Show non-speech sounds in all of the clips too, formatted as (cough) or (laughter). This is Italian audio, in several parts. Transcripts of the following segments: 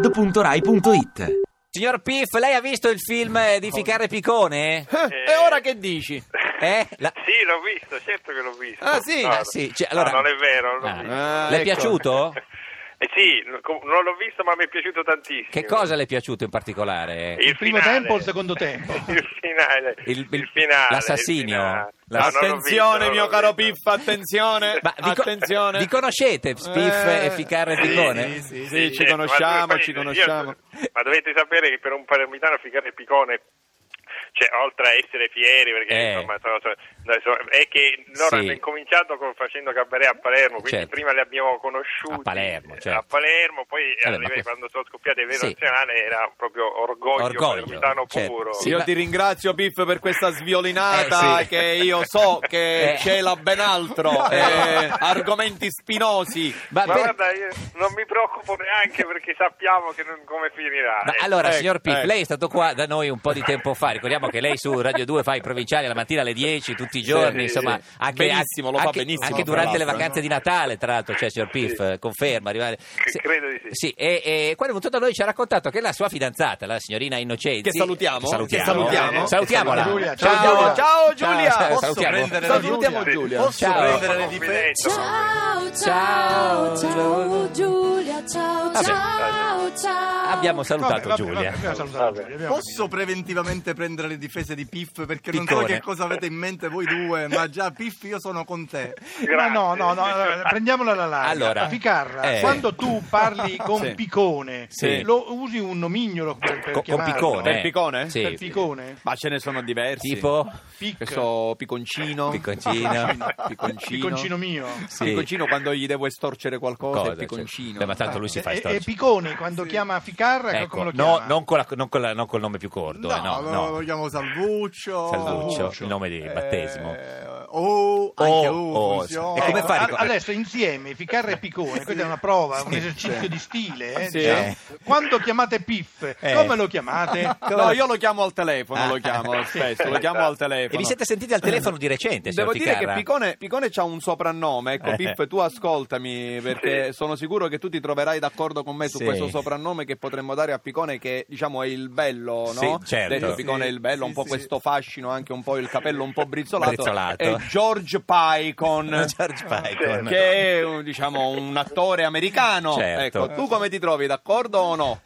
radio2pod.rai.it Signor Piff, lei ha visto il film di Ficare Picone? Eh, e ora che dici? Eh? La- Sì, l'ho visto, certo che l'ho visto. Ah, sì? No, Ah, sì, cioè, no, allora- non è vero, l'ho Ah. visto. Ah, Le è ecco. piaciuto? Eh sì, no, com- non l'ho visto, ma mi è piaciuto tantissimo. Che cosa le è piaciuto in particolare? Il, primo finale. tempo o (laughs) il secondo tempo? il finale. Il- Il, il- finale. l'assassinio. il L'ass- finale. No, non l'ho Attenzione, visto, mio non l'ho caro visto. Piff, attenzione. Ma vi co- attenzione. Vi conoscete Piff Eh, e Ficare sì, Picone? Sì, sì, Eh, sì, ci ma conosciamo, dovete- ci io- conosciamo. ma dovete sapere che per un palermitano Ficare Picone cioè, oltre a essere fieri, perché Eh. insomma, so- so- no, so- è che loro Sì. hanno incominciato con- facendo cabaret a Palermo, quindi Certo. prima li abbiamo conosciuti A Palermo, certo. a Palermo, poi Vabbè, ma arrivai- questo- quando sono scoppiate Vero Sì. Nazionale era proprio orgoglio, Orgoglio, palermitano certo. puro. Sì, Io ma- ti ringrazio Piff per questa sviolinata Eh, sì. che io so (laughs) che Eh. cela (laughs) ben altro, eh, argomenti spinosi. Ma Ma per- guarda, io non mi preoccupo neanche perché sappiamo che non- come finirà. Ma eh. allora, Ecco, signor Piff, ecco. lei è stato qua da noi un po' di tempo fa. Ricordiamo che lei su Radio 2 fa i provinciali la mattina alle 10 tutti i giorni. sì, insomma, sì. anche, Benissimo, lo fa anche- benissimo, anche tra durante le l'altro, vacanze di Natale, tra l'altro, cioè, signor Piff, eh, conferma. arrivare- C- credo di sì. e, e quando è venuto da noi ci ha raccontato che la sua fidanzata, la signorina Innocenzi, Che salutiamo, che salutiamo, Eh, che salutiamo. salutiamola. Giulia, Ciao, ciao, ciao, ciao, Giulia. Ciao, Posso salutiamo. prendere la Salutiamo Giulia? Giulia. Posso Ciao. prendere le difese? Confidenza, Ciao, ciao, ciao Giulia, ciao, Vabbè. ciao, ciao. Abbiamo salutato Vabbè, vabbè, Giulia. vabbè, abbiamo salutato Giulia, abbiamo Posso preventivamente prendere le difese di Piff perché non so Piccone. che cosa avete in mente voi due, ma già Piff io sono con te. Ma no, no, no, Grazie. allora, prendiamola la larga. Allora. Ficarra, Eh. quando tu (laughs) parli con Sì. Picone, Sì. lo usi un nomignolo per, per Co- con chiamarlo? Piccone. Per Picone? Sì. Per Picone? Ma ce ne sono diversi. Tipo? Pic- Questo picconcino. Picconcino. Picconcino. Picconcino mio. Sì. Picconcino quando gli devo estorcere qualcosa, Cosa, è cioè? picconcino. Beh, ma tanto lui si fa Ah. E, storici. e Picone, quando chiama Ficarra, Ecco, come lo no, chiama? non, con la- non con la- non col nome più corto, eh, no, lo, no. lo chiamo Salvuccio. Salvuccio, il nome di battesimo. Eh, oh, anche Oh, oh, oh, funziona. e come Ecco, fa a a- ricor- adesso insieme Ficarra e Picone, questa è una prova, un esercizio di stile. eh, Sì. diciamo. Quando chiamate Piff, Eh. come (laughs) lo chiamate? Ecco. No, io lo chiamo al telefono, lo chiamo spesso, lo chiamo al telefono. E vi siete sentiti al telefono di recente, signor Devo dire che Ficarra? Picone, Picone ha un soprannome, ecco Eh. Piff tu ascoltami perché sono sicuro che tu ti troverai d'accordo con me su Sì. questo soprannome che potremmo dare a Picone che diciamo è il bello, Sì, no? certo. Detto Picone è il bello, Sì, un po' sì. questo fascino, anche un po' il capello un po' brizzolato, Brizzolato. è George Picon. (laughs) George Picon. Che è un- diciamo un attore americano. Certo. Ecco, tu come ti trovi? D'accordo o no?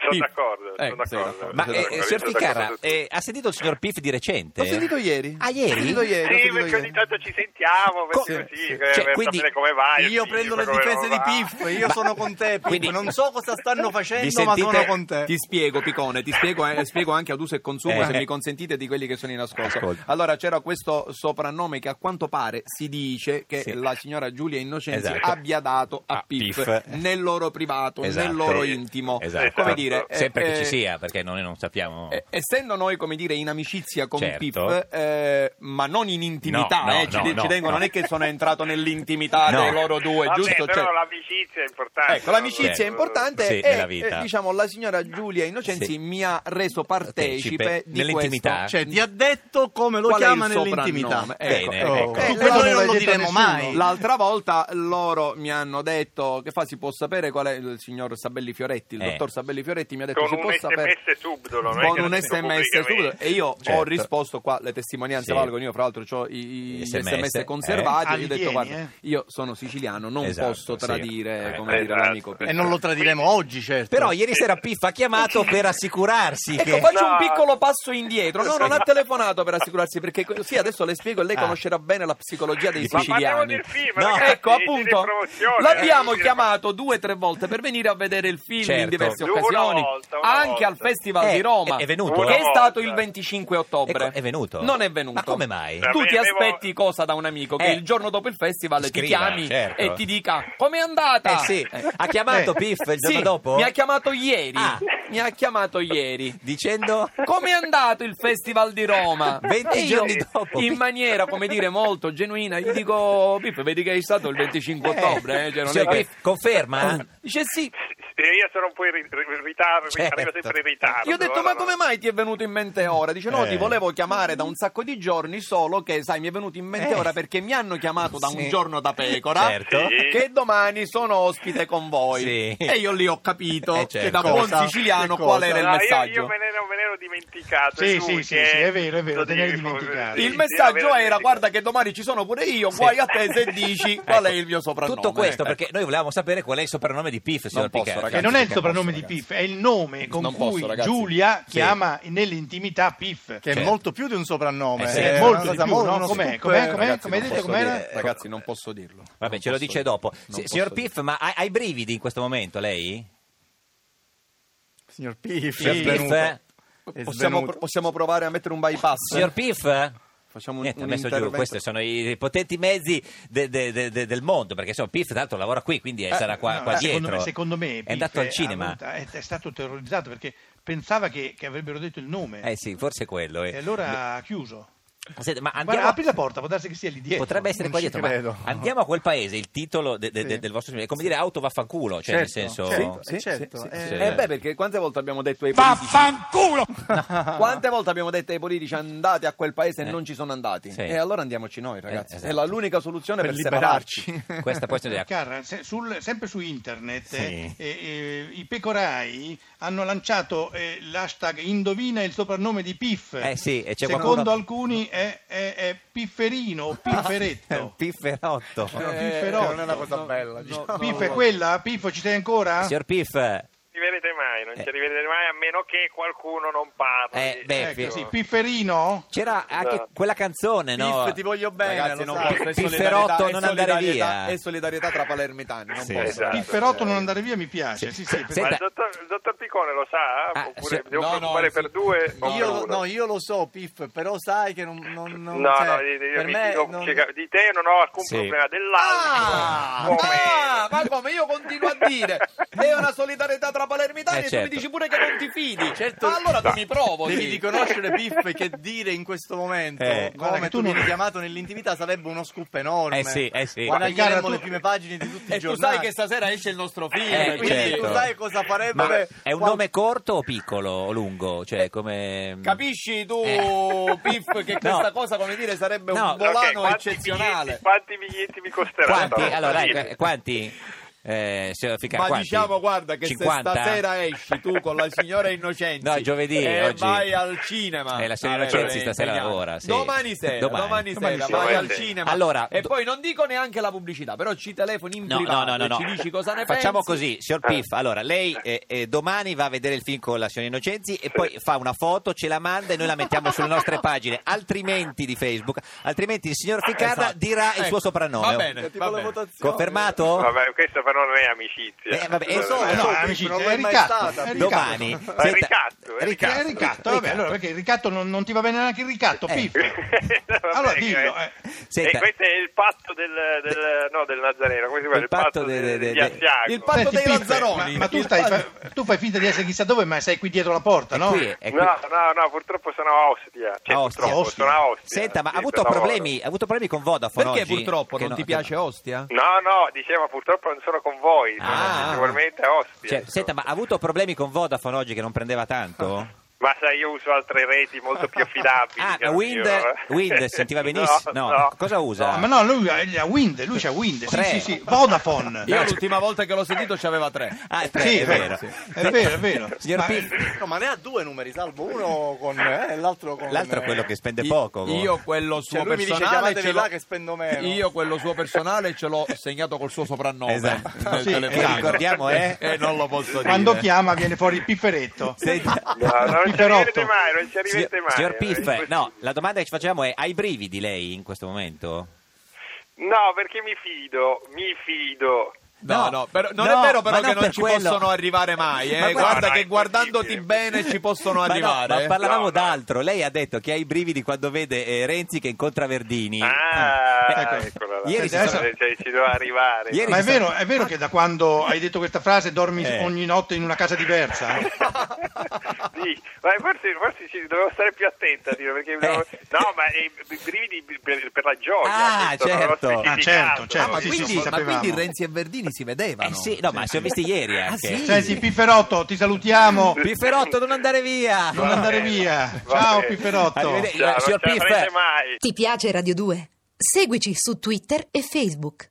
Sono Piff. d'accordo, sono Ecco, sì, d'accordo. Ma Sono eh, d'accordo, signor sono Ficarra, d'accordo. eh, ha sentito il signor Piff di recente? L'ho sentito ieri. Ah, ieri? L'ho sentito ieri, l'ho Sì, sentito perché ieri. ogni tanto ci sentiamo per, Co- dire così, sì. per- Cioè, per quindi sapere come vai. Ah, Io sì, prendo le come va. difese di Piff, io Ma- sono con te, Piff. quindi- non so cosa stanno Vi (laughs) facendo, ma sentite- sono con te. Ti spiego, Picone, ti (laughs) spiego, eh, spiego anche ad uso e consumo, Eh. se mi consentite, di quelli che sono in ascolto. Ascolta. Allora, c'era questo soprannome che a quanto pare si dice che Sì. la signora Giulia Innocenzi Esatto. abbia dato a A Piff, Piff. nel loro privato, Esatto. nel loro Sì. intimo. Esatto. Come dire, eh, Sempre che eh, ci sia, perché noi non sappiamo... eh, essendo noi, come dire, in amicizia con Certo. Piff, eh, ma non in intimità, No, no, eh, ci, no, ci no, tengo, no. non è che sono entrato nell'intimità No. dei loro due, Vabbè, giusto? però Cioè- l'amicizia è importante. Ecco, l'amicizia Certo. è importante Sì, e nella vita. eh, diciamo la signora Giulia Innocenzi Sì. mi ha reso partecipe Partecipe di nell'intimità. questo. Cioè, ti ha detto come lo Qual è chiama il soprannome? nell'intimità. Ecco, Bene, ecco. ecco. Eh, Eh, quello noi non non l'ho lo detto diremo nessuno. (laughs) mai. L'altra volta loro mi hanno detto che fa si può sapere qual è il signor Sabelli Fioretti, il Eh. dottor Sabelli Fioretti mi ha detto Con si un può sapere SMS subdolo, non è con che un lo dico SMS subdolo (laughs) pubblicamente. e io ho Certo. risposto qua le Sì. testimonianze valgono io fra l'altro ho i, i- gli SMS, SMS, eh. conservati Ah, io ho li detto tieni, guarda eh. io sono siciliano non Esatto, posso sì. tradire Eh, come dire esatto. l'amico E non lo tradiremo oggi, certo. Però ieri sera Piff ha chiamato per assicurarsi Ecco, che... faccio un No. piccolo passo indietro. No, non ha telefonato per assicurarsi, perché que- sì, adesso le spiego e lei Ah. conoscerà bene la psicologia dei Ma Ma parliamo siciliani. del film, No, ragazzi, ecco, siete in appunto, promozione, l'abbiamo eh, chiamato due o tre volte per venire a vedere il film in Certo. diverse Una occasioni, volta, una anche volta. al Festival Eh, di Roma, è- è venuto? che è Una stato volta. il 25 ottobre. Ecco, è venuto? Non è venuto. Eh. Ma come mai? Tu ti Avevo- aspetti cosa da un amico? Che Eh. il giorno dopo il festival Scriva, ti chiami certo. e ti dica com'è andata? Eh sì, ha chiamato Eh. Piff il giorno Sì, dopo? Mi ha chiamato ieri. Ah. Mi ha chiamato ieri. Dicendo... Come è andato il Festival di Roma? 20 E giorni dopo. In maniera, come dire, molto genuina, gli dico, Pip, vedi che è stato il 25 Eh, ottobre, eh? cioè non è signor che... Eh, Piff, conferma? Dice sì, perché io sono un po' in ri- ri- ritardo, Certo. arrivo sempre in ritardo. Io ho detto, ma allora- come mai ti è venuto in mente ora? Dice, no, Eh. ti volevo chiamare da un sacco di giorni, solo che, sai, mi è venuto in mente Eh. ora perché mi hanno chiamato da un Sì. giorno da pecora, Certo. Sì. che domani sono ospite con voi. Sì. E io lì ho capito Eh, certo. che da buon Cosa? siciliano Che qual cosa? era il No, Ah, io- messaggio. Io, me, ne ero, me ne ero dimenticato. Sì, è lui sì, sì, che- sì, è vero, è vero, lo te ne eri dico, dimenticato. sì, Il sì, messaggio me ne era ero guarda che domani ci sono pure io, guai a te se dici qual è il mio soprannome. Tutto questo Eh. perché noi volevamo sapere qual è il soprannome di Piff, signor posso, Picchia. ragazzi. E non è il Perché- soprannome di Piff, è il nome con Non posso, cui ragazzi. Giulia Sì. chiama nell'intimità Piff. Che è Certo. molto più di un soprannome. Eh sì, è una molto cosa di più, molto- no? uno Com'è, scoop, com'è, eh, com'è? ragazzi, Come non hai detto, posso com'era? dire- Ragazzi, non posso dirlo. Vabbè, Non ce lo posso dice dirlo. dopo. Non Si- posso signor dirlo. Piff, ma ha, ha i brividi in questo momento lei? Signor Piff, Signor è Piff, svenuto. eh? È Possiamo, svenuto. possiamo provare a mettere un bypass? Signor Piff? Facciamo un, Niente, ha un messo giù, intervento. questi sono i potenti mezzi de- de- de- de- del mondo, perché insomma Piff tra l'altro lavora qui, quindi eh, sarà qua, No, qua no, dietro. secondo me, secondo me Piff è andato al cinema. avuto- è, è stato terrorizzato perché pensava che, che avrebbero detto il nome Eh sì, forse è quello. eh. e allora ha chiuso. Senta, ma Guarda, andiamo... apri eh, la porta, può darsi che sia lì dietro. Potrebbe essere non qua ci dietro, ma credo. andiamo a quel paese, il titolo de- de- Sì. de- del vostro film è come dire auto vaffanculo, cioè nel senso... certo, Sì, certo. sì, sì, eh, sì. Eh beh, perché quante volte abbiamo detto ai politici Quante volte abbiamo detto ai politici andate a quel paese e non ci sono andati? Eh. Sì. E allora andiamoci noi, ragazzi. Eh, esatto. È la- l'unica soluzione per, Per liberarci. liberarci. Questa può (laughs) essere... Eh, Carra, se- sul- sempre su internet Sì. eh, eh, i pecorai hanno lanciato eh, l'hashtag indovina il soprannome di Piff. Eh sì, e c'è Secondo qualcuno- alcuni è, è- è (laughs) Pifferino o Pifferetto. Eh, Pifferotto. Eh, Pifferotto. non è una cosa bella. diciamo. Piff è quella? Piffo ci sei Ah. ancora? Signor Piff, eh, Non ci arriverete mai, non Eh. ci arriverete mai a meno che qualcuno non parli. Eh, beh, Ecco, Piff- sì, Pifferino? c'era Ah. anche quella canzone, eh, no? Piff, ti voglio bene. Ragazzi, lo non sai. posso, è Pifferotto, solidarietà- è non andare solidarietà- via. È solidarietà tra palermitani, non Sì, posso. esatto. ragazzi. Pifferotto non andare via mi piace. Sì, sì, Sì, per- sì. Ma Senta- il dottor, il dottor Piccone lo sa? Ah, Oppure se- devo no, no, preoccupare sì. per due o per Io, uno? no, io lo so, Piff, però sai che non... non, No, non no, cioè, io- io per mi me dico, non- cioè, di te non ho alcun Sì. problema, Ah, dell'altro. Come? ah, ma come io continuo a dire è una solidarietà tra palermitani Eh, e certo. tu mi dici pure che non ti fidi ma allora tu mi provochi Certo. Devi riconoscere, Piff, che dire in questo momento Eh. Guarda come che tu tu mi non- hai chiamato nell'intimità sarebbe uno scoop enorme. Eh sì, eh sì. Guadagneremmo Guarda, tu- le prime pagine di tutti e i tu giornali. sai che stasera esce il nostro film Eh, quindi Quindi certo. tu sai cosa farebbe... Ma è un qual- nome corto o piccolo o lungo? Cioè, come... Capisci tu, Eh. Piff, che No. questa cosa, come dire, sarebbe No. un Ok, volano quanti eccezionale. biglietti- quanti biglietti mi costerà? Quanti? No, Allora, ecco, sì. dai, qu- quanti? Eh, signor Ficcaro, Ma quanti? diciamo, guarda, che 50? se stasera esci tu con la signora Innocenzi No, giovedì, e oggi. vai al cinema. Eh, la signora Vabbè, Innocenzi è stasera impegnata. lavora, sì. Domani sera, Domani. domani, Domani sera, sera. vai al Domani. cinema. Allora, e do- poi non dico neanche la pubblicità, però ci telefoni in No, no, privato no, no, e no. ci dici cosa ne Facciamo pensi. così, signor Piff. Allora, lei eh, eh, domani va a vedere il film con la signora Innocenzi e poi fa una foto, ce la manda e noi la mettiamo sulle nostre pagine, altrimenti di Facebook. Altrimenti il signor Ficcarda Esatto. dirà Ah, il Ecco, suo soprannome. Va bene, Tipo va le bene. votazioni. Confermato? Vabbè, questa però non è amicizia. oh. Eh, vabbè, Lo so, Allora, lo no, so, amici, Piff, non è l'è mai ricatto, stata. è eh, ricatto. eh, Domani. Ma è ricatto, è Che è il Eh, ricatto, vabbè, allora perché il ricatto non, non ti va bene neanche il ricatto, Eh. Piff. (laughs) Vabbè, Allora, che- dillo, eh. Senta. Eh, questo è il patto del, del- no, del Nazareno, come si chiama? Il Il, patto patto, de- del de- de- degli Asiago. il patto Senti, dei Piff, Lazzaroni. Ma, ma tu, Il stai, patto- fa- tu fai finta di essere chissà dove, ma sei qui dietro la porta, no? Qui, eh. è qui. No, no, no, purtroppo sono a Ostia. Cioè, A Ostia. purtroppo sono a Ostia. Senta, ma Sì, ha avuto, lavoro. problemi, ha avuto problemi con Vodafone Perché oggi? purtroppo Che non no- ti che no. piace Ostia? No, no, dicevo purtroppo non sono con voi, sono Ah. principalmente a Ostia. Cioè, senta, ma ha avuto problemi con Vodafone oggi che non prendeva tanto? Ma sai, io uso altre reti (laughs) molto più affidabili. Ah, ma caro Wind, signore. Wind (laughs) sentiva benissimo. No, cosa usa? Ah, ma no, lui ha ha Wind, lui c'ha Wind, sì, Tre. sì, sì, Vodafone. Io l'ultima volta che l'ho sentito c'aveva tre. Ah, tre, Sì, è vero. è vero, è vero. (laughs) Signor Ma- Piff, No, ma ne ha due numeri, salvo uno con me eh, e l'altro con l'altro è quello che spende poco. Io quello suo Cioè, lui mi dice, personale "Chiamatevi ce l'ho- là che spendo meno." Io quello suo personale ce (laughs) l'ho segnato col suo soprannome. Esatto. (laughs) nel Sì, telefono. esatto. Ricordiamo, eh? (laughs) E non lo posso Quando dire. chiama viene fuori il pifferetto. (laughs) Senta- No, no, non ci (laughs) Pipperotto. arrivete mai, non ci Signor, arrivete mai. signor è Piff, impossibile. no, la domanda che ci facciamo è: ha i brividi lei in questo momento? No, perché mi fido, mi fido. No, no, però, non No, è vero ma però che non non per ci quello. possono arrivare mai. eh. Ma guarda- Guarda No, no, che è guardandoti impossibile. bene ci possono Ma no, arrivare. eh. ma parlavamo No, no. d'altro. Lei ha detto che ha i brividi quando vede eh, Renzi che incontra Verdini. Ah, Ah, Ecco. eccola là. Ieri si sono- Cioè, ci doveva arrivare. Ieri- Ma è vero, è vero che da quando hai detto questa frase dormi Eh. ogni notte in una casa diversa? sì, ma forse, forse ci dovevo stare più attenta, Tino, perché dovevo- no, ma eh, i brividi per, per la gioia. Ah, questo non l'ho certo. specificato. Ah, certo, certo, Ah, ma, sì, quindi, sì, ma sapevamo. quindi Renzi e Verdini si vedevano? Eh sì, no, ma si Sì, sono visti ieri (laughs) anche. Cioè, Ah, sì? Senti, Pifferotto, ti salutiamo. Pifferotto, non andare via! Non andare via. Va Ciao, bene. Pifferotto. Arrivederci. Cioè, Eh, non Signor ci avrete Piffer. mai. Ti piace Radio 2? Seguici su Twitter e Facebook.